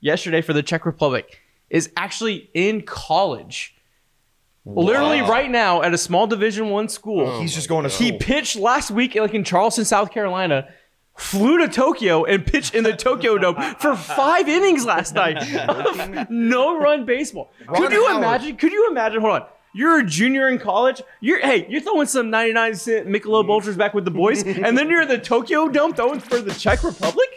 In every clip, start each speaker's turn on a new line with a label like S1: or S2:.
S1: yesterday for the Czech Republic is actually in college. Literally right now at a small Division One school.
S2: Oh
S3: He's just going to
S1: He
S3: school.
S1: pitched last week, like in Charleston, South Carolina. Flew to Tokyo and pitched in the Tokyo Dome for five innings last night of no-run baseball. could
S3: Ron
S1: you
S3: Howard.
S1: imagine? Could you imagine? Hold on, you're a junior in college. You're hey, you're throwing some 99 cent Michelob Ultras back with the boys, and then you're in the Tokyo Dome throwing for the Czech Republic.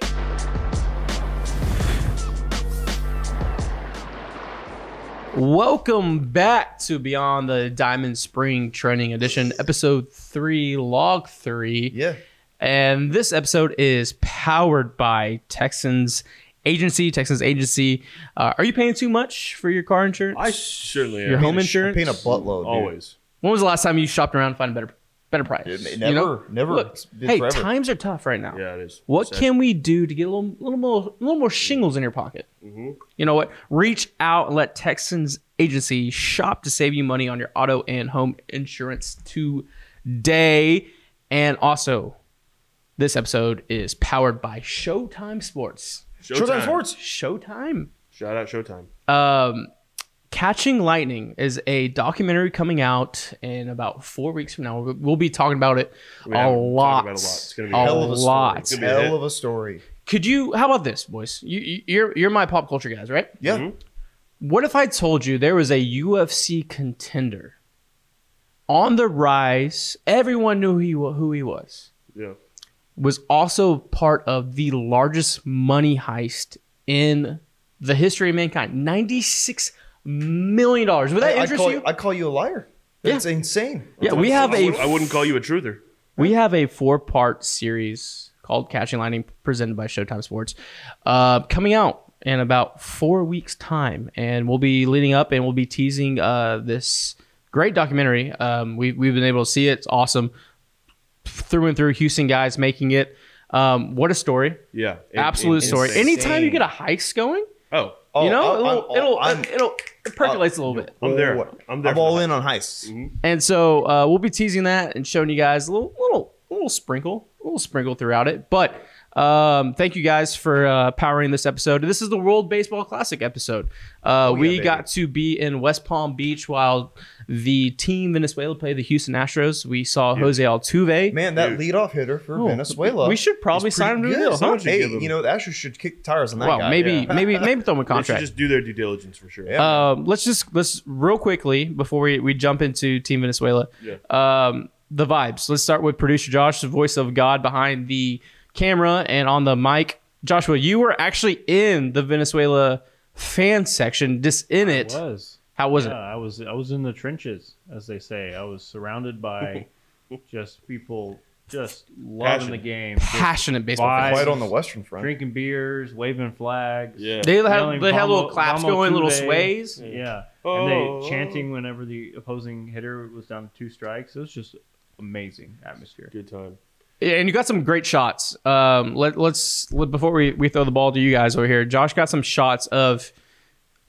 S1: Welcome back to Beyond the Diamond Spring Training Edition, episode three, log three.
S3: Yeah.
S1: And this episode is powered by Texans Agency. Texans Agency. Uh, are you paying too much for your car insurance?
S2: I certainly
S1: your
S2: am.
S1: home
S3: I'm
S1: insurance?
S3: paying a buttload. dude.
S2: Always.
S1: when was the last time you shopped around to find a better better price?
S3: It
S1: You know?
S3: never- never.
S1: Look,
S3: It's been
S1: hey,
S3: forever.
S1: times are tough right now.
S2: Yeah, it is.
S1: What
S2: Sad.
S1: can we do to get a little, little more, little more shingles in your pocket? You know what? Reach out and let Texans Agency shop to save you money on your auto and home insurance today. And also, this episode is powered by Showtime Sports.
S3: Showtime Sports.
S1: Showtime.
S2: Shout out Showtime.
S1: Um, Catching Lightning is a documentary coming out in about four weeks from now. We'll- We'll be talking about it
S2: We
S1: a
S2: haven't talked
S1: lot.
S2: about it a lot. It's gonna be
S1: a
S2: a
S3: Hell of a
S1: lot.
S3: story.
S2: Could be a hit.
S3: Hell of a story.
S1: Could you? How about this, boys? You, you, you're you're my pop culture guys, right?
S3: Yeah.
S1: What if I told you there was a UFC contender on the rise? Everyone knew who he, wa- who he was.
S2: Yeah.
S1: Was also part of the largest money heist in the history of mankind. Ninety-six million dollars. Would that
S3: I, I
S1: interest
S3: call,
S1: you?
S3: I call you a liar.
S1: Yeah.
S3: That's insane.
S1: yeah, we have
S2: I, would,
S1: a
S2: I wouldn't call you a truther.
S1: we have a four-part series called Catching Lightning, presented by Showtime Sports, uh, coming out in about four weeks' time, and we'll be leading up and we'll be teasing uh, this great documentary. Um, we, we've been able to see it; it's awesome, through and through. Houston guys making it. Um, what a story!
S2: Yeah. It-
S1: Absolute
S2: it-
S1: story.
S2: insane.
S1: Anytime you get a heist going,
S2: Oh,
S3: Oh,
S1: you know,
S3: I-
S1: it'll,
S3: I'm-
S1: it'll,
S3: I'm- oh,
S1: it'll it percolates a little bit.
S2: I'm there.
S3: What?
S2: I'm there.
S3: I'm
S2: for
S3: all
S2: that. Mm-hmm.
S3: in on heists.
S1: And so uh, we'll be teasing that and showing you guys a little little little sprinkle, little sprinkle throughout it. But um, thank you guys for uh, powering this episode. This is the World Baseball Classic episode. Uh, we
S3: Oh, baby.
S1: got to be in West Palm Beach while the team Venezuela played the Houston Astros. We saw Jose Altuve.
S3: Man, that
S2: Dude.
S3: leadoff hitter for
S1: Oh,
S3: Venezuela.
S1: we should probably
S3: is pretty
S1: sign him to a
S3: good.
S1: deal, huh?
S3: Someone should Hey,
S2: give him-
S3: you know, the Astros should kick tires on that
S1: Well,
S3: guy.
S1: maybe,
S3: Yeah.
S1: maybe, maybe throw him a
S2: They should
S1: contract.
S2: just do their due diligence for sure.
S3: Yeah.
S1: Um, let's just let's real quickly before we, we jump into Team Venezuela.
S2: Yeah.
S1: Um, the vibes. Let's start with producer Josh, the voice of God behind the camera and on the mic. Joshua, you were actually in the Venezuela fan section, just in it.
S4: was.
S1: How was
S4: yeah,
S1: it?
S4: I was I was in the trenches, as they say. I was surrounded by just people just loving
S2: Passion.
S4: the game, just
S1: Passionate baseball
S4: Vibes.
S1: fans.
S3: Quite on the Western front.
S4: drinking beers, waving flags.
S2: Yeah.
S1: They had
S4: yelling,
S1: they had
S4: "Vamos-
S1: little claps
S4: vamos
S1: going, little
S4: Tuve."
S1: sways.
S4: Yeah,
S2: Oh.
S4: and they chanting whenever the opposing hitter was down to two strikes. It was just amazing atmosphere.
S2: Good time.
S1: Yeah, and you got some great shots. Um, let, let's let, before we, we throw the ball to you guys over here. Josh got some shots of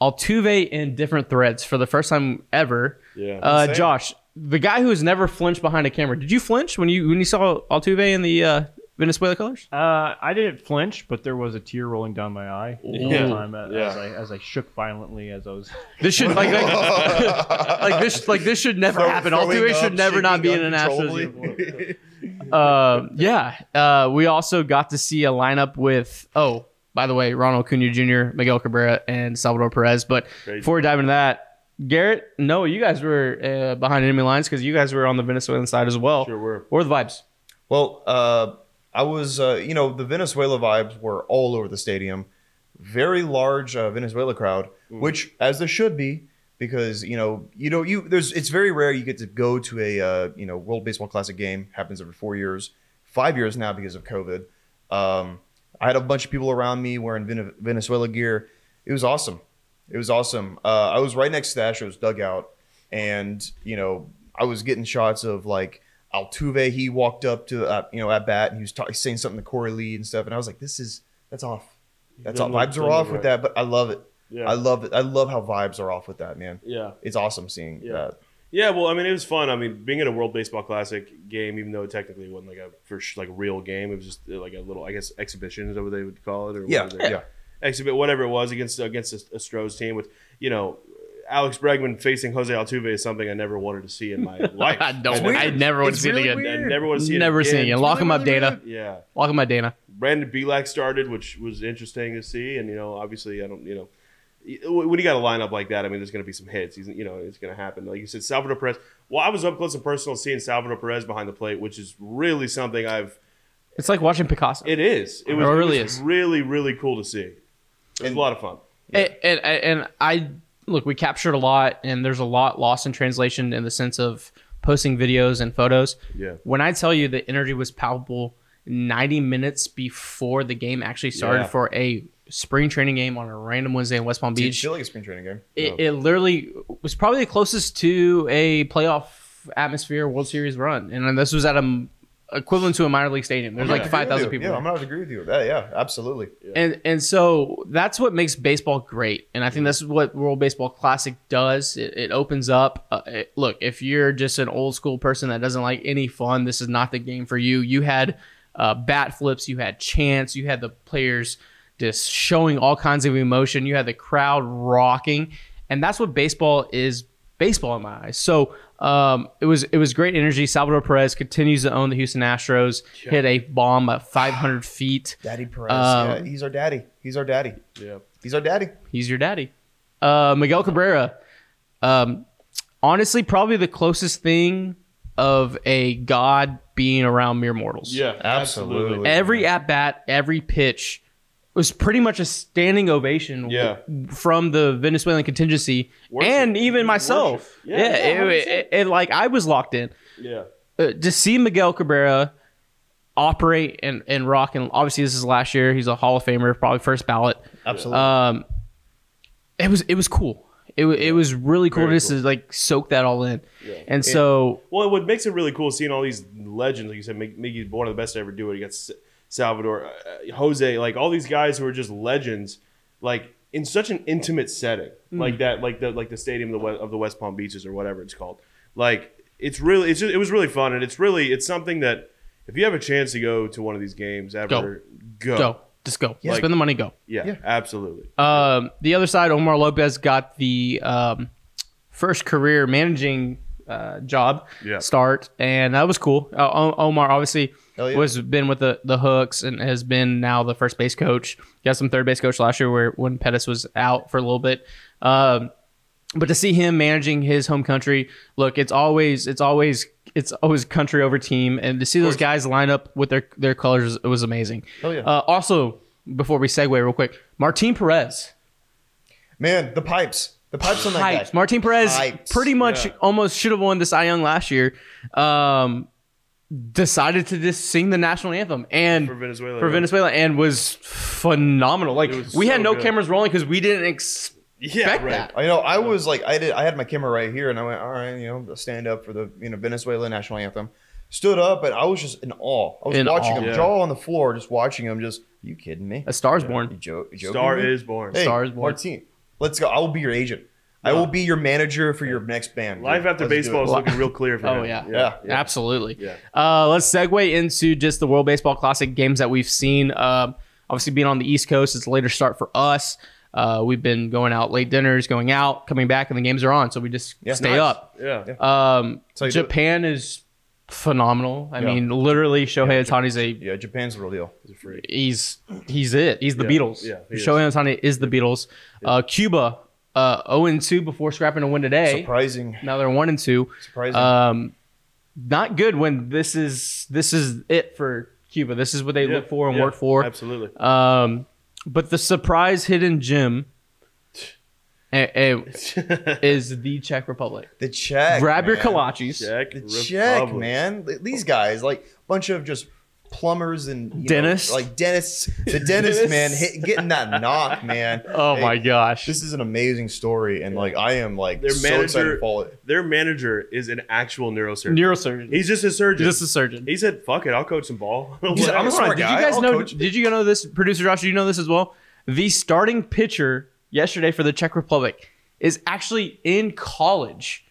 S1: Altuve in different threads for the first time ever.
S2: Yeah.
S1: Uh,
S3: Insane.
S1: Josh, the guy who has never flinched behind a camera. Did you flinch when you when you saw Altuve in the uh, Venezuela colors?
S4: Uh, I didn't flinch, but there was a tear rolling down my eye the whole
S2: Yeah.
S4: time as,
S2: Yeah.
S4: as I as I shook violently as I was.
S1: This should like like, like this like this should never happen. Altuve should never not be in an Astros uniform.
S3: uniform.
S1: uh, yeah. Uh, we also got to see a lineup with oh, by the way, Ronald Cunha Jr., Miguel Cabrera, and Salvador Perez. But
S2: Crazy.
S1: before we dive into that, Garrett, no, you guys were uh, behind enemy lines because you guys were on the Venezuelan side as well.
S2: Sure were.
S1: What were the vibes?
S3: Well, uh, I was, uh, you know, the Venezuela vibes were all over the stadium. Very large uh, Venezuela crowd, which as there should be, because you know, you know, you there's it's very rare you get to go to a uh, you know World Baseball Classic game. Happens every four years, five years now because of COVID. Um, I had a bunch of people around me wearing Vene- Venezuela gear. It was awesome. It was awesome. Uh, I was right next to the Astros dugout, and you know, I was getting shots of like Altuve. He walked up to uh, you know at bat, and he was ta- saying something to Corey Lee and stuff. And I was like, "This is that's off. That's off.
S2: Doesn't look-
S3: Vibes
S2: doesn't
S3: are off
S2: look
S3: with
S2: right.
S3: that." But I love it.
S2: Yeah.
S3: I love it. I love how vibes are off with that, man.
S2: yeah.
S3: It's awesome seeing
S2: Yeah.
S3: that.
S2: Yeah, well, I mean, it was fun. I mean, being at a World Baseball Classic game, even though it technically wasn't like a first like real game, it was just uh, like a little, I guess, exhibition is that what they would call it, or
S3: Yeah,
S2: whatever.
S3: yeah.
S2: exhibit, whatever it was against against a, a Stroh's team with you know Alex Bregman facing Jose Altuve is something I never wanted to see in my life.
S1: I don't.
S2: never-
S1: I never want
S3: It's
S1: to see
S3: really
S1: it
S2: I
S1: again.
S3: weird.
S2: never want to see
S1: Never
S2: it.
S1: seen
S2: again.
S1: it again. Lock him up,
S3: Really, really
S1: Dana.
S2: Yeah.
S1: Lock him up, Dana.
S2: Brandon Belak started, which was interesting to see. And, you know, obviously, I don't, you know, y- when you got a lineup like that, I mean, there's going to be some hits. He's, you know, it's going to happen. Like you said, Salvador Perez. Well, I was up close and personal seeing Salvador Perez behind the plate, which is really something I've.
S1: It's like watching Picasso.
S2: It is. It was,
S1: It really
S2: was
S1: is.
S2: really, really cool to see. It was
S3: And-
S2: a lot of fun.
S1: and, and and I look, we captured a lot, and there's a lot lost in translation in the sense of posting videos and photos.
S2: Yeah.
S1: When I tell you the energy was palpable 90 minutes before the game actually started
S2: Yeah.
S1: for a spring training game on a random Wednesday in West Palm
S3: Did you
S1: Beach,
S3: feel like a spring training game?
S1: it, it literally was probably the closest to a playoff atmosphere World Series run, and this was at a m- equivalent to a minor league stadium. There's
S3: I'm
S1: like
S3: not gonna
S1: five
S3: agree with
S1: thousand
S3: you.
S1: people.
S3: Yeah,
S1: there.
S3: I'm not agree with you. Yeah, yeah, absolutely.
S1: And and so that's what makes baseball great, and I think that's what World Baseball Classic does. It, it opens up. Uh, it- look, if you're just an old school person that doesn't like any fun, this is not the game for you. You had uh, bat flips, you had chants, you had the players just showing all kinds of emotion, you had the crowd rocking, and that's what baseball is. Baseball in my eyes. So um, it was it was great energy. Salvador Perez continues to own the Houston Astros. Hit a bomb at 500 feet.
S3: Daddy Perez.
S1: Um,
S3: yeah, he's our daddy. He's our daddy.
S2: Yeah.
S3: He's our daddy.
S1: he's your daddy. Uh, Miguel Cabrera, um, honestly, probably the closest thing of a god being around mere mortals.
S2: Yeah.
S3: Absolutely.
S1: Every at bat, every pitch was pretty much a standing ovation
S2: Yeah.
S1: from the Venezuelan contingency
S2: Worship.
S1: and even myself.
S2: Yeah,
S1: Yeah,
S2: yeah,
S1: it, it- it- like I was locked in
S2: Yeah.
S1: uh, to see Miguel Cabrera operate and, and rock. And obviously, this is last year. He's a Hall of Famer, probably first ballot.
S3: Absolutely.
S1: Um, it was it was cool. It, wa- it was really cool
S2: Very
S1: just to like soak that all in. And so
S2: Well, what makes it really cool is seeing all these legends, like you said, Mig- Miggy's one of the best to ever do it. You got S- Salvador, uh, Jose, like all these guys who are just legends, like in such an intimate setting,
S1: Mm.
S2: like that, like the like the stadium of the, West, of the West Palm Beaches or whatever it's called. Like it's really, it's just, it was really fun, and it's really, it's something that if you have a chance to go to one of these games ever, go,
S1: go just go
S3: Yeah.
S1: spend the money go.
S2: Yeah,
S3: Yeah.
S2: absolutely.
S1: Um, the other side, Omar Lopez got the um, first career managing uh, job
S2: Yeah.
S1: start, and that was cool. Uh, o- Omar obviously
S3: Hell yeah.
S1: was been with the, the Hooks and has been now the first base coach. Got some third base coach last year where when Pettis was out for a little bit. Um, but to see him managing his home country, look, it's always it's always it's always country over team, and to see those guys line up with their their colors was, was amazing.
S2: Oh,
S3: Hell yeah.
S1: Uh, also, before we segue real quick, Martin Perez.
S3: Man, the pipes. The pipes on that
S1: Pipes.
S3: guy.
S1: Martin Perez
S3: Pipes.
S1: pretty much
S2: Yeah.
S1: almost should have won the Cy Young last year. Um, decided to just sing the national anthem and
S2: For Venezuela,
S1: for
S2: yeah.
S1: Venezuela and was phenomenal. Like
S2: was
S1: we had
S2: so
S1: no
S2: good.
S1: cameras rolling because we didn't expect
S2: Yeah,
S1: that.
S3: I know. I was like, I did. I had my camera right here, and I went, all right, you know, stand up for the you know Venezuelan national anthem. Stood up, and I was just in awe. I was
S1: In
S3: watching
S1: awe.
S3: him,
S2: Yeah.
S3: jaw on the floor, just watching him. Just, you kidding me?
S1: A Star's
S3: You
S1: Born.
S3: jo- you joking
S2: Star
S3: with me?
S2: is born.
S3: Hey,
S1: Star is born.
S3: Martin, let's go. I will be your agent. I
S2: Yeah.
S3: will be your manager for your next band. dude.
S2: Life
S3: Let's
S2: after
S3: do
S2: baseball
S3: it.
S2: is looking real clear for
S1: Oh,
S2: him.
S1: yeah.
S3: Yeah.
S1: Absolutely.
S2: Yeah.
S1: Uh, let's segue into just the World Baseball Classic games that we've seen. Um, obviously, being on the East Coast, it's a later start for us. Uh, we've been going out late dinners, going out, coming back, and the games are on, so we just
S3: Yeah.
S1: stay
S3: Nice.
S1: up.
S2: Yeah. yeah.
S1: Um,
S3: So you do it.
S1: Japan is phenomenal. I
S3: Yeah.
S1: mean, literally, Shohei Otani's a
S3: Yeah, Japan's the real deal.
S2: He's a freak.
S1: he's he's it. He's the
S2: Yeah.
S1: Beatles.
S2: Yeah, he is.
S1: Shohei Otani is the Beatles. Uh, Cuba uh, zero and two before scrapping a win today.
S3: Surprising.
S1: Now they're one and two.
S3: Surprising.
S1: Um, not good when this is this is it for Cuba. This is what they
S2: Yeah.
S1: look for and
S2: Yeah.
S1: work for.
S2: Absolutely.
S1: Um, but the surprise hidden gem eh, eh, is the Czech Republic.
S3: the check.
S1: Grab your
S3: man.
S1: kolaches.
S2: Check.
S3: The check, man. Th- These guys, like bunch of just plumbers and you know,
S1: Dentists.
S3: like dentists. The dentist,
S1: Dentists.
S3: man, hit, getting that knock, man.
S1: Oh
S3: Hey,
S1: my gosh!
S3: This is an amazing story, and like I am like
S2: Their
S3: so excited
S2: manager-
S3: to follow it.
S2: Their manager is an actual neurosurgeon.
S1: Neurosurgeon.
S2: He's just a surgeon.
S1: Just a surgeon.
S2: he said, "Fuck it, I'll coach some ball."
S3: He's-
S1: Hold
S3: I'm a
S1: on,
S3: smart
S1: did
S3: guy.
S1: you guys
S3: I'll
S1: know?
S3: coach.
S1: Did you know this, producer Josh? Did you know this as well? The starting pitcher yesterday for the Czech Republic is actually in college,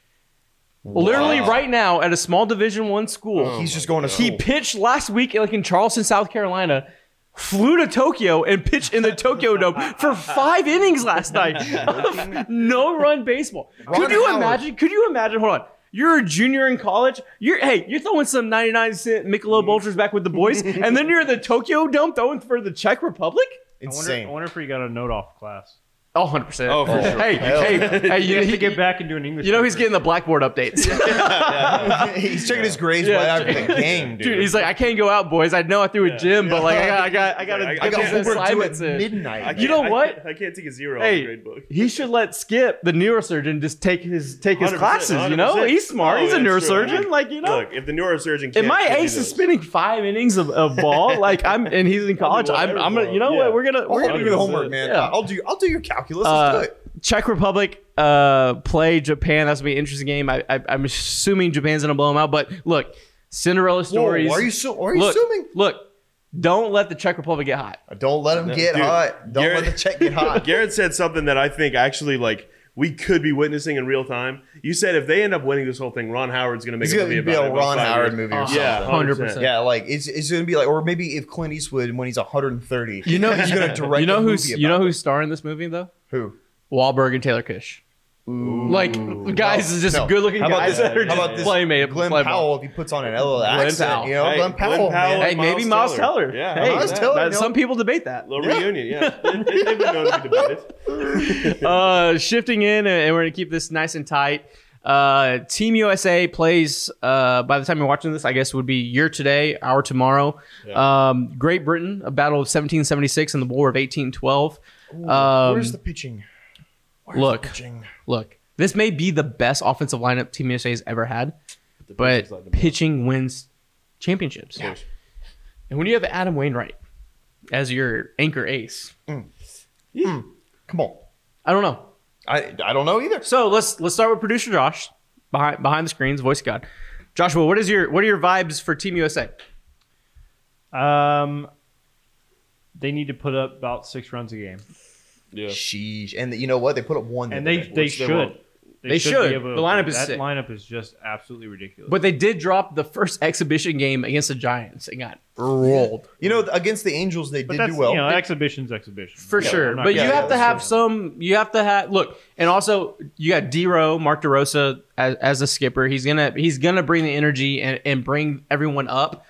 S1: literally
S3: Wow. Oh,
S1: right now at a small Division One school.
S3: He's just going to
S1: he
S3: school.
S1: pitched last week, like in Charleston, South Carolina, flew to Tokyo and pitched in the Tokyo Dome for five innings last night. no run baseball. could
S3: Ron
S1: you
S3: Howard.
S1: imagine? Could you imagine? Hold on. You're a junior in college. You're hey, you're throwing some 99 cent Michelob Ultras back with the boys, and then you're in the Tokyo Dome throwing for the Czech Republic.
S4: I wonder, I
S3: Insane.
S4: wonder if he got a note off class.
S1: Oh, 100 percent.
S2: Oh, for sure.
S1: Hey,
S3: Hell
S1: hey,
S3: yeah.
S1: hey!
S4: You
S1: You,
S4: have
S1: he,
S4: to get back and do an English.
S1: you know he's
S4: paper.
S1: getting the blackboard updates.
S3: He's checking his grades
S1: Yeah.
S3: right after the game, dude.
S1: dude, he's like, I can't go out, boys. I know I threw a gym, but like, I got, I got, I got,
S2: I
S1: to
S3: I
S1: get
S3: got
S1: these
S3: Uber
S1: assignments
S3: due at
S1: in.
S3: midnight.
S1: You know what?
S2: I, can't take a zero on the
S1: Hey,
S2: grade book.
S1: he should let Skip, the neurosurgeon, just take his take his
S2: 100%,
S1: classes. You know,
S2: 100%.
S1: he's smart.
S2: Oh,
S1: He's a
S2: yeah, true.
S1: neurosurgeon. Like you know,
S2: Look, if the neurosurgeon can't
S1: if my
S2: give you
S1: ace is
S2: those-
S1: spinning five innings of, of ball, like I'm, and he's in college, I'm, I'm gonna, you know
S2: Yeah.
S1: what, we're gonna, we're
S3: I'll do
S1: gonna
S3: your homework, man.
S1: Yeah.
S3: I'll do. I'll do your calculus. Let's do
S1: Uh,
S3: it.
S1: Czech Republic uh, play Japan. That's gonna be an interesting game. I, I, I'm assuming Japan's gonna blow them out. But look, Cinderella stories.
S3: Whoa, are you so? Are you
S1: look,
S3: assuming?
S1: Look, don't let the Czech Republic get hot.
S3: Don't let him get
S2: Dude,
S3: hot. Don't
S2: Garrett-
S3: let the check get hot.
S2: Garrett said something that I think actually like we could be witnessing in real time. You said if they end up winning this whole thing, Ron Howard's going to make
S3: It's
S2: a movie
S3: gonna be
S2: about it.
S3: a
S2: about
S3: Ron
S2: five
S3: Howard
S2: years.
S3: movie or
S1: Uh,
S3: something.
S2: Yeah, 100%.
S1: Yeah.
S3: Yeah, like it's it's gonna be like, or maybe if Clint Eastwood when he's 130,
S1: You know,
S3: he's gonna direct.
S1: You know
S3: a movie
S1: who's, you
S3: about
S1: know who's starring this movie though?
S3: who?
S1: Wahlberg and Taylor Kish. Like guys, is just
S3: No.
S1: good-looking
S3: How about
S1: guys
S3: this?
S1: that are
S3: How about
S1: just
S3: this?
S1: playmate.
S3: Glenn
S1: playmate.
S3: Powell, if he puts on an LL accent,
S1: Powell.
S3: you know,
S2: Hey,
S3: Glenn
S2: Glenn
S3: Powell,
S2: Powell.
S3: man.
S1: Hey, maybe Miles
S2: Miles
S1: Teller.
S2: Teller. Yeah,
S1: Hey,
S3: Miles
S1: that-
S3: Teller,
S1: that-
S3: you know?
S1: some people debate that.
S2: Little
S3: Yeah.
S2: reunion, yeah. They- They've been known to be debated.
S1: uh, shifting in, and we're gonna keep this nice and tight. Uh, Team USA plays. Uh, by the time you're watching this, I guess would be year today, our tomorrow. Um, Great Britain, a battle of 1776 and the War of 1812. Um,
S3: Where's the pitching? Where's
S1: look.
S3: the pitching?
S1: Look, this may be the best offensive lineup Team USA has ever had, but pitching wins championships.
S2: course.
S1: And when you have Adam Wainwright as your anchor ace,
S3: Come on,
S1: I don't know.
S3: I I don't know either.
S1: So let's let's start with producer Josh behind behind the screens, voice of God. Joshua, what is your what are your vibes for Team USA?
S4: Um, they need to put up about six runs a game,
S2: Yeah.
S3: Sheesh, and you know what? They put up one. the
S4: and
S3: other
S4: they
S3: day.
S4: they
S2: which they
S4: should.
S2: won't.
S1: They should.
S4: be able to-
S1: The lineup is
S4: that
S1: sick.
S4: lineup is just absolutely ridiculous.
S1: But they did drop the first exhibition game against the Giants and got rolled
S3: you know, against the Angels, they
S4: But
S3: did
S4: that's
S3: do well.
S4: you know exhibitions exhibition
S1: for
S4: Yeah,
S1: sure.
S4: I'm not
S1: But you
S4: gonna-
S3: yeah,
S1: have to
S3: that's
S1: have some. You have to have look, and also you got Dero, Mark DeRosa as as a skipper. He's gonna he's gonna bring the energy and and bring everyone up.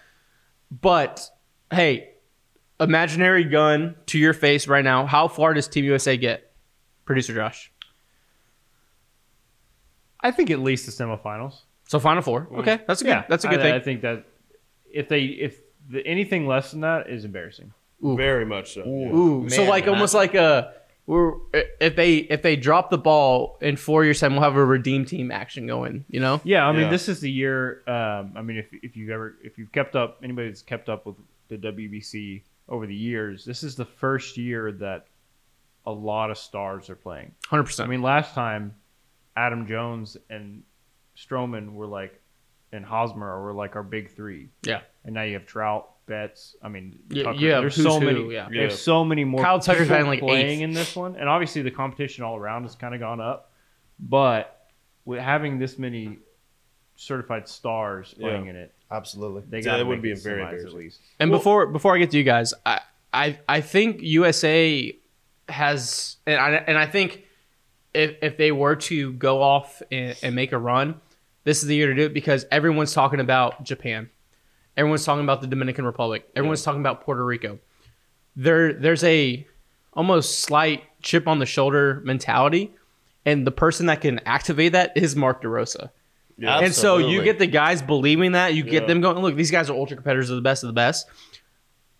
S1: But hey, imaginary gun to your face right now. How far does Team USA get, producer Josh?
S4: I think at least the semifinals.
S1: So final four.
S4: Mm.
S1: Okay, that's a good. That's a good
S4: I,
S1: thing.
S4: I think that if they if the, anything less than that is embarrassing.
S2: Very much so. yeah.
S1: Ooh, so
S3: man,
S1: like
S3: man.
S1: almost like a we're if they if they drop the ball in four years time we'll have a redeem team action going. You know.
S4: Yeah, I mean,
S2: Yeah.
S4: this is the year. Um, I mean, if if you've ever if you've kept up anybody that's kept up with the WBC over the years, this is the first year that a lot of stars are playing.
S1: Hundred
S4: I
S1: percent.
S4: mean, last time Adam Jones and Stroman were like, and Hosmer were like our big three.
S1: Yeah.
S4: And now you have Trout, Betts. I mean,
S1: Yeah,
S4: Tucker.
S1: yeah,
S4: There's
S1: who's
S4: so
S1: who,
S4: many.
S1: yeah.
S2: Yeah.
S4: There's so many more.
S1: Kyle Tucker's
S4: people
S1: batting, like,
S4: playing
S1: eighth.
S4: in this one, and obviously the competition all around has kind of gone up, but with having this many certified stars playing in it,
S3: Absolutely.
S4: they
S2: Yeah,
S4: got
S2: that would be very
S4: at
S2: embarrassing.
S4: least.
S1: And
S2: Well-
S1: before before I get to you guys, I I, I think USA has and I, and I think if if they were to go off and, and make a run, this is the year to do it because everyone's talking about Japan, everyone's talking about the Dominican Republic, everyone's talking about Puerto Rico. There there's a almost slight chip on the shoulder mentality, and the person that can activate that is Mark DeRosa.
S2: Yeah.
S1: And so you
S3: Absolutely.
S1: get the guys believing that. You get
S2: Yeah.
S1: them going, look, these guys are ultra competitors of the best of the best.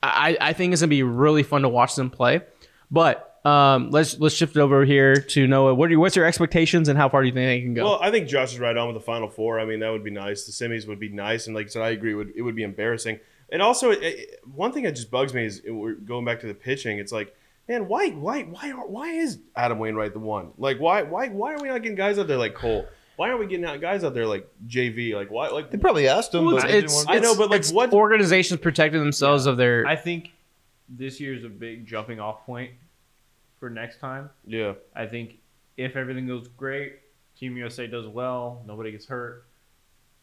S1: I, I think it's gonna be really fun to watch them play. But um, let's let's shift it over here to Noah. What are you, what's your expectations and how far do you think they can go?
S2: Well, I think Josh is right on with the final four. I mean, that would be nice. The semis would be nice, and like I said, I agree. It would, it would be embarrassing. And also, it, it- one thing that just bugs me is it, we're going back to the pitching. It's like, man, why, why, why, are, why is Adam Wainwright the one? Like, why, why, why are we not getting guys out there like Cole? Why aren't we getting out guys out there like JV? Like, why, like,
S3: They probably asked him,
S1: Well,
S3: but
S1: it's-
S3: they didn't
S1: it's-
S3: want-
S2: I know, but like,
S1: It's
S2: what?
S1: organizations protecting themselves of their
S4: I think this year's a big jumping off point for next time.
S2: yeah,
S4: I think if everything goes great, Team USA does well, nobody gets hurt,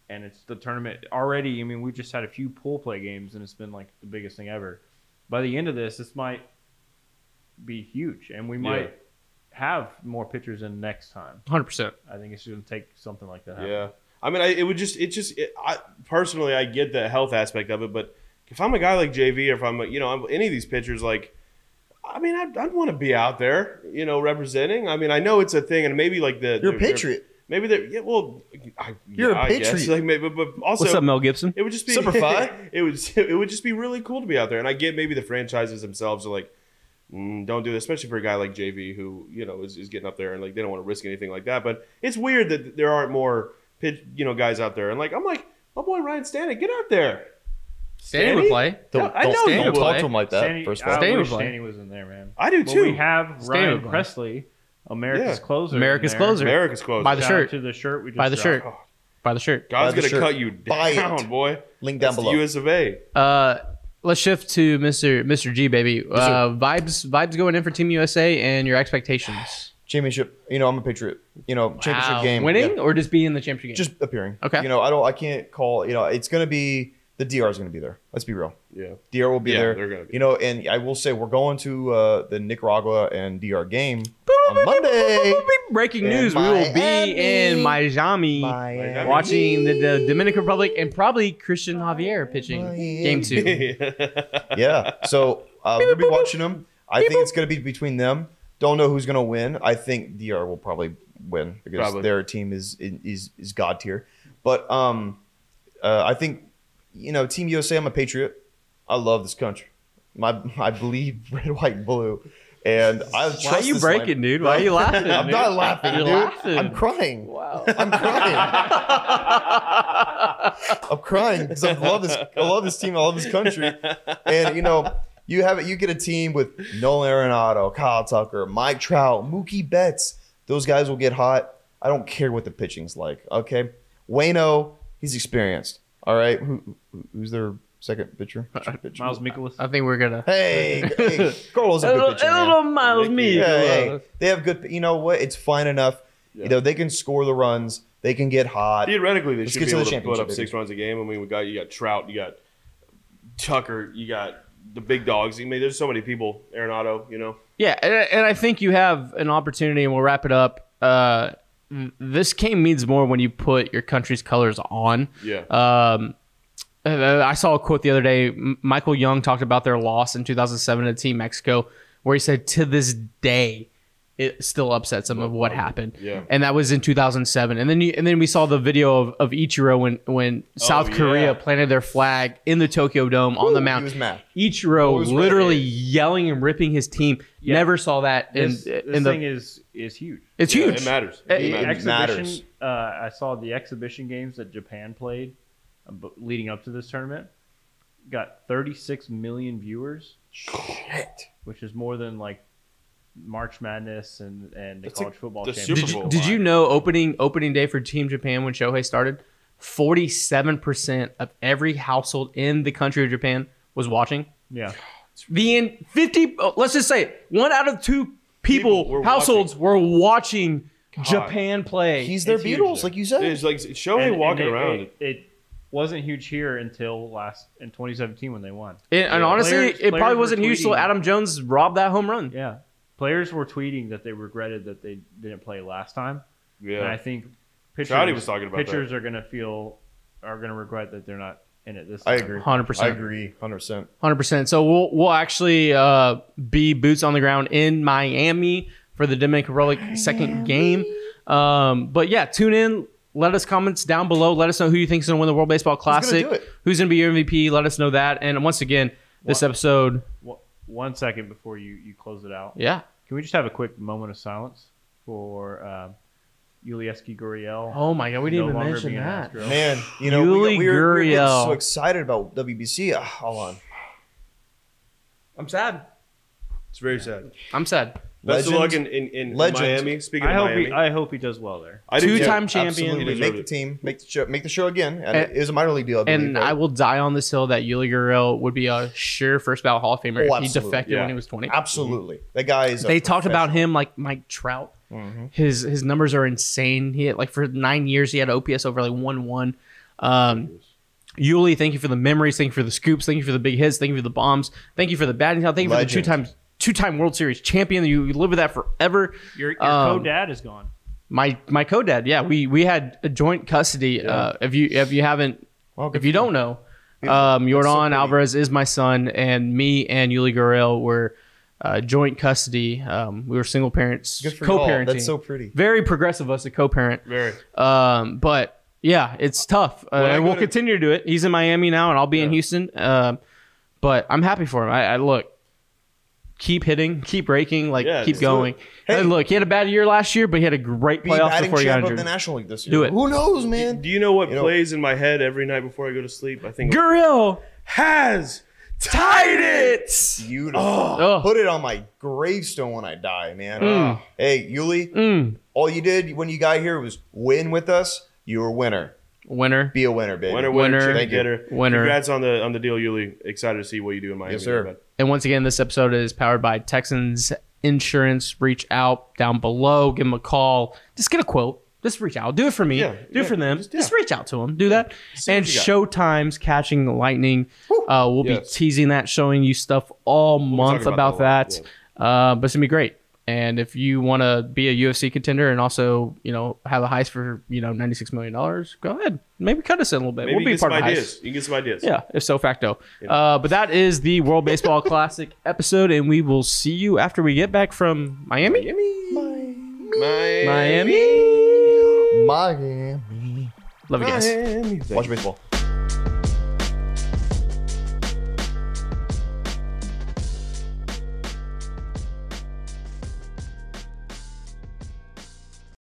S4: and it's the tournament already. I mean, we just had a few pool play games, and it's been like the biggest thing ever. by the end of this, this might be huge, and we might have more pitchers in next time.
S1: 100%.
S4: I think it's going to take something like
S3: Um,
S4: that.
S2: Yeah. I mean, I, it would just, it just, it, I personally, I get the health aspect of it, but if I'm a guy like JV or if I'm, a, you know, I'm, any of these pitchers, like, I mean, I'd, I'd want to be out there, you know, representing. I mean, I know it's a thing, and maybe like the
S3: You're a
S2: the-
S3: patriot.
S2: Maybe they're yeah. Well, I,
S3: You're a
S2: yeah, I guess.
S3: patriot.
S2: Like maybe, but also
S1: What's up, Mel Gibson?
S2: It would just be
S3: Semper Fi.
S2: it would it would just be really cool to be out there. And I get maybe the franchises themselves are like, "Mm, don't do this, especially for a guy like JV who you know is, is getting up there and like they don't want to risk anything like that. But it's weird that there aren't more pitch, you know guys out there. And like I'm like my boy Ryan Stanek, get out there.
S1: Standing would play.
S3: Don't,
S2: I know
S3: don't,
S2: you
S3: don't
S1: play.
S3: talk to him like that.
S4: Stanny,
S3: first of all,
S1: Stanny
S4: I
S1: would
S4: wish
S1: play.
S4: Stanny was in there, man.
S2: I do
S4: But
S2: too.
S4: we have
S1: Stanny would
S4: Ryan
S1: play.
S4: Presley, America's closer. in
S1: America's
S4: there.
S1: closer.
S2: America's close.
S1: By the
S4: Shout out
S1: shirt.
S4: to the shirt we just
S1: By the
S4: dropped.
S1: shirt. By the shirt.
S2: God's
S3: Buy the
S2: gonna
S3: shirt.
S2: cut you
S3: Buy it.
S2: down, boy.
S3: link down
S2: That's
S3: below.
S2: the US of A.
S1: Uh, let's shift to Mr. Mr. G, baby. Uh, vibes, vibes going in for Team USA and your expectations.
S3: championship. You know, I'm a patriot. You know, championship
S1: Wow.
S3: game.
S1: winning
S3: Yeah.
S1: or just being in the championship game?
S3: just appearing.
S1: Okay.
S3: You know, I don't. I can't call. You know, it's gonna be the DR is gonna be there. Let's be real.
S2: Yeah.
S3: DR will be
S2: Yeah,
S3: there.
S2: they're gonna be
S3: You know, and I will say we're going to uh, the Nicaragua and DR game on Monday.
S1: breaking
S3: In
S1: news. We will be
S3: Miami.
S1: in Miami,
S3: Miami.
S1: watching the, the Dominican Republic and probably Christian Javier pitching
S3: Miami.
S1: game two.
S3: yeah. So uh, we'll be watching them. I think it's going to be between them. Don't know who's going to win. I think DR will probably win because
S2: Probably.
S3: their team is is is god tier. But um, uh, I think you know Team USA. I'm a patriot. I love this country. My I believe red, white, and blue. And I trust
S1: Why are you
S3: this land.
S1: breaking, dude? Why are you laughing?
S3: I'm
S1: dude?
S3: not laughing,
S1: You're
S3: dude.
S1: laughing.
S3: I'm crying.
S1: Wow.
S3: I'm crying. I'm crying because I love this. I love this team. I love this country. And you know, you have it. You get a team with Nolan Arenado, Kyle Tucker, Mike Trout, Mookie Betts. Those guys will get hot. I don't care what the pitching's like. Okay, Wayno, he's experienced. All right, who, who- who's their second pitcher? Pitcher, pitcher?
S4: Miles Mikolas.
S1: I think we're gonna.
S3: Hey, hey, Carlos a good pitcher. man.
S1: miles me.
S3: Yeah, hey, they have good. You know what? It's fine enough. You know they can score the runs. They can get hot.
S2: Theoretically, they
S3: Let's
S2: should
S3: get
S2: be
S3: to
S2: able
S3: the
S2: to put
S3: championship,
S2: up six runs a game. I mean, we got you got Trout, you got Tucker, you got the big dogs. I mean, there's so many people. Arenado, you know,
S1: Yeah, and, and I think you have an opportunity, and we'll wrap it up. Uh, th- this game means more when you put your country's colors on.
S2: yeah,
S1: Um, uh, I saw a quote the other day. M- Michael Young talked about their loss in 2007 to Team Mexico, where he said, "To this day, it still upsets him of what happened."
S2: Yeah.
S1: and that was in 2007. And then, you, and then we saw the video of, of Ichiro when when South
S2: yeah.
S1: Korea planted their flag in the Tokyo Dome on the
S3: Woo,
S1: mound.
S3: he was mad.
S1: Ichiro
S3: was
S1: literally yelling and ripping his team.
S4: Yeah.
S1: Never saw that. And
S4: This, this
S1: in the
S4: thing is is huge.
S1: it's
S2: Yeah,
S1: huge.
S2: It matters.
S1: Hey,
S2: It
S4: The
S1: it
S2: matters.
S3: matters.
S4: exhibition. Uh, I saw the exhibition games that Japan played uh, bu- leading up to this tournament. Got 36 million viewers,
S3: Shit.
S4: which is more than like March Madness and and the
S2: That's
S4: college
S2: like
S4: football
S2: the Super
S4: championship.
S1: did you,
S2: Bowl
S1: did you
S2: line.
S1: know opening opening day for Team Japan when Shohei started, forty seven percent of every household in the country of Japan was watching.
S4: Yeah,
S1: The in fifty, oh, let's just say it, one out of two people,
S2: People were
S1: households were watching Japan play.
S3: He's their
S2: It's huge
S3: Beatles,
S2: there.
S3: like you said.
S2: It's like Shohei
S4: And- and
S2: walking
S4: it-
S2: around.
S4: It, it wasn't huge here until last in 2017 when they won.
S1: and, and
S4: Yeah.
S1: honestly,
S4: Players-
S1: it
S4: players
S1: probably
S4: were
S1: wasn't huge till
S4: tweeting.
S1: Adam Jones robbed that home run.
S4: Yeah, players were tweeting that they regretted that they didn't play last time. And I
S2: yeah,
S4: think pitchers,
S2: Trouty was talking about that.
S4: pitchers are going to feel are going to regret that they're not in it this
S3: I
S4: time.
S3: agree.
S1: Hundred
S3: I
S1: percent,
S3: agree, hundred percent.
S1: hundred percent. So we'll we'll actually uh, be boots on the ground in Miami for the Dominican Republic second game. Um, but yeah, tune in. Let us comments down below. Let us know who you think is going to win the World Baseball Classic.
S3: do it?
S1: Who's going to be your MVP? Let us know that. And once again, this episode,
S4: Wha- One second before you, you close it out,
S1: yeah.
S4: can we just have a quick moment of silence for um, Ulieski Gurriel?
S1: Oh my god, we
S4: no
S1: didn't even
S4: longer
S1: mention
S4: being an
S1: that.
S4: Astro?
S3: Man, you know, we,
S1: Yuli
S3: we were, we were getting
S1: Gurriel.
S3: so excited about WBC. Ah, hold on.
S1: I'm sad.
S2: it's very sad.
S1: I'm sad.
S2: Best of luck
S3: Legend.
S2: in, in, in
S3: Legend.
S2: Miami. Speaking
S4: I
S2: of
S4: hope uh,
S2: Miami,
S4: he I hope he does well there.
S2: I do too.
S1: Two-time champion.
S3: Absolutely.
S2: He
S3: Make the
S2: deserved
S3: team. Make the show. Make the show again. And,
S1: And-
S3: it was a minor league deal. I believe,
S1: And
S3: right?
S1: I will die on this hill that Yuli Gurriel would be a sure first ballot Hall of Famer
S3: Oh,
S1: if he
S3: absolutely.
S1: defected
S2: Yeah.
S1: when he was 20.
S3: absolutely. That guy is. a
S1: They talked about
S3: professional.
S1: him like Mike Trout. His his numbers are insane. He had, like for nine years he had OPS over like one one. Um, Yuli, thank you for the memories. Thank you for the scoops. Thank you for the big hits. Thank you for the bombs. Thank you for the batting title. Thank you for the two
S3: Legend.
S1: times two time World Series champion. You, you live with that forever.
S4: Your, your
S1: Um,
S4: co-dad is gone.
S1: My my co dad. Yeah, we we had a joint custody. Uh, if you if you haven't
S3: Well, good
S1: if you
S3: for
S1: don't know, um,
S3: so
S1: Jordan
S3: pretty.
S1: Alvarez is my son, and me and Yuli Gurriel were uh, joint custody. Um, we were single parents,
S3: Good for
S1: co
S3: y'all.
S1: parenting.
S3: That's so pretty.
S1: very progressive of us to co parent.
S2: Very.
S1: Um, but yeah, it's tough, uh,
S2: I
S1: and
S2: go
S1: we'll
S2: to-
S1: continue to do it. He's in Miami now, and I'll be in Houston. Um, but I'm happy for him. I, I look, keep hitting, keep raking, like
S2: Yeah,
S1: keep
S2: just do
S1: going.
S3: Hey.
S1: And look, he had a bad year last year, but he had a great
S3: Be
S1: playoff
S3: batting
S1: before he got
S3: champ of the
S1: injured.
S3: National League this year.
S1: Do it.
S3: Who knows,
S2: Do,
S3: man?
S2: do you know what
S3: You know-
S2: plays in my head every night before I go to sleep? I think
S1: Gurriel
S2: has
S1: tied it.
S3: Beautiful.
S1: Oh.
S3: Put it on my gravestone when I die, man.
S1: Mm.
S3: Hey, Yuli,
S1: Mm.
S3: all you did when you got here was win with us. You were a winner.
S1: Winner.
S3: Be a winner, baby.
S2: winner, winner,
S1: Winner.
S2: winner,
S3: Thank you.
S2: getter.
S1: Winner.
S2: Congrats on the on the deal, Yuli. Excited to see what you do in Miami.
S3: Yes, sir.
S2: but-
S1: And once again, this episode is powered by Texans Insurance. Reach out down below, give them a call, just get a quote, just reach out. Do it for me,
S2: Yeah,
S1: do
S2: yeah,
S1: it for them. Just,
S2: just- yeah.
S1: reach out to them, do that.
S2: See what
S1: And
S2: you got.
S1: Showtime's Catching the Lightning. Uh, we'll be
S2: Yes.
S1: teasing that, showing you stuff all month
S2: talking
S1: about,
S2: about that
S1: that.
S2: a lot,
S1: Uh, but it's gonna be great. And if you want to be a UFC contender and also, you know, have a heist for you know ninety six million dollars, go ahead. Maybe cut us in a little bit.
S2: Maybe
S1: we'll
S2: you
S1: be
S2: get
S1: part
S2: some
S1: of the heist.
S2: ideas. You can get some ideas.
S1: Yeah, if so facto. Uh, but that is the World Baseball Classic episode, and we will see you after we get back from Miami.
S2: Miami.
S1: Miami.
S3: Miami.
S1: Love you guys.
S2: Miami.
S3: Watch baseball.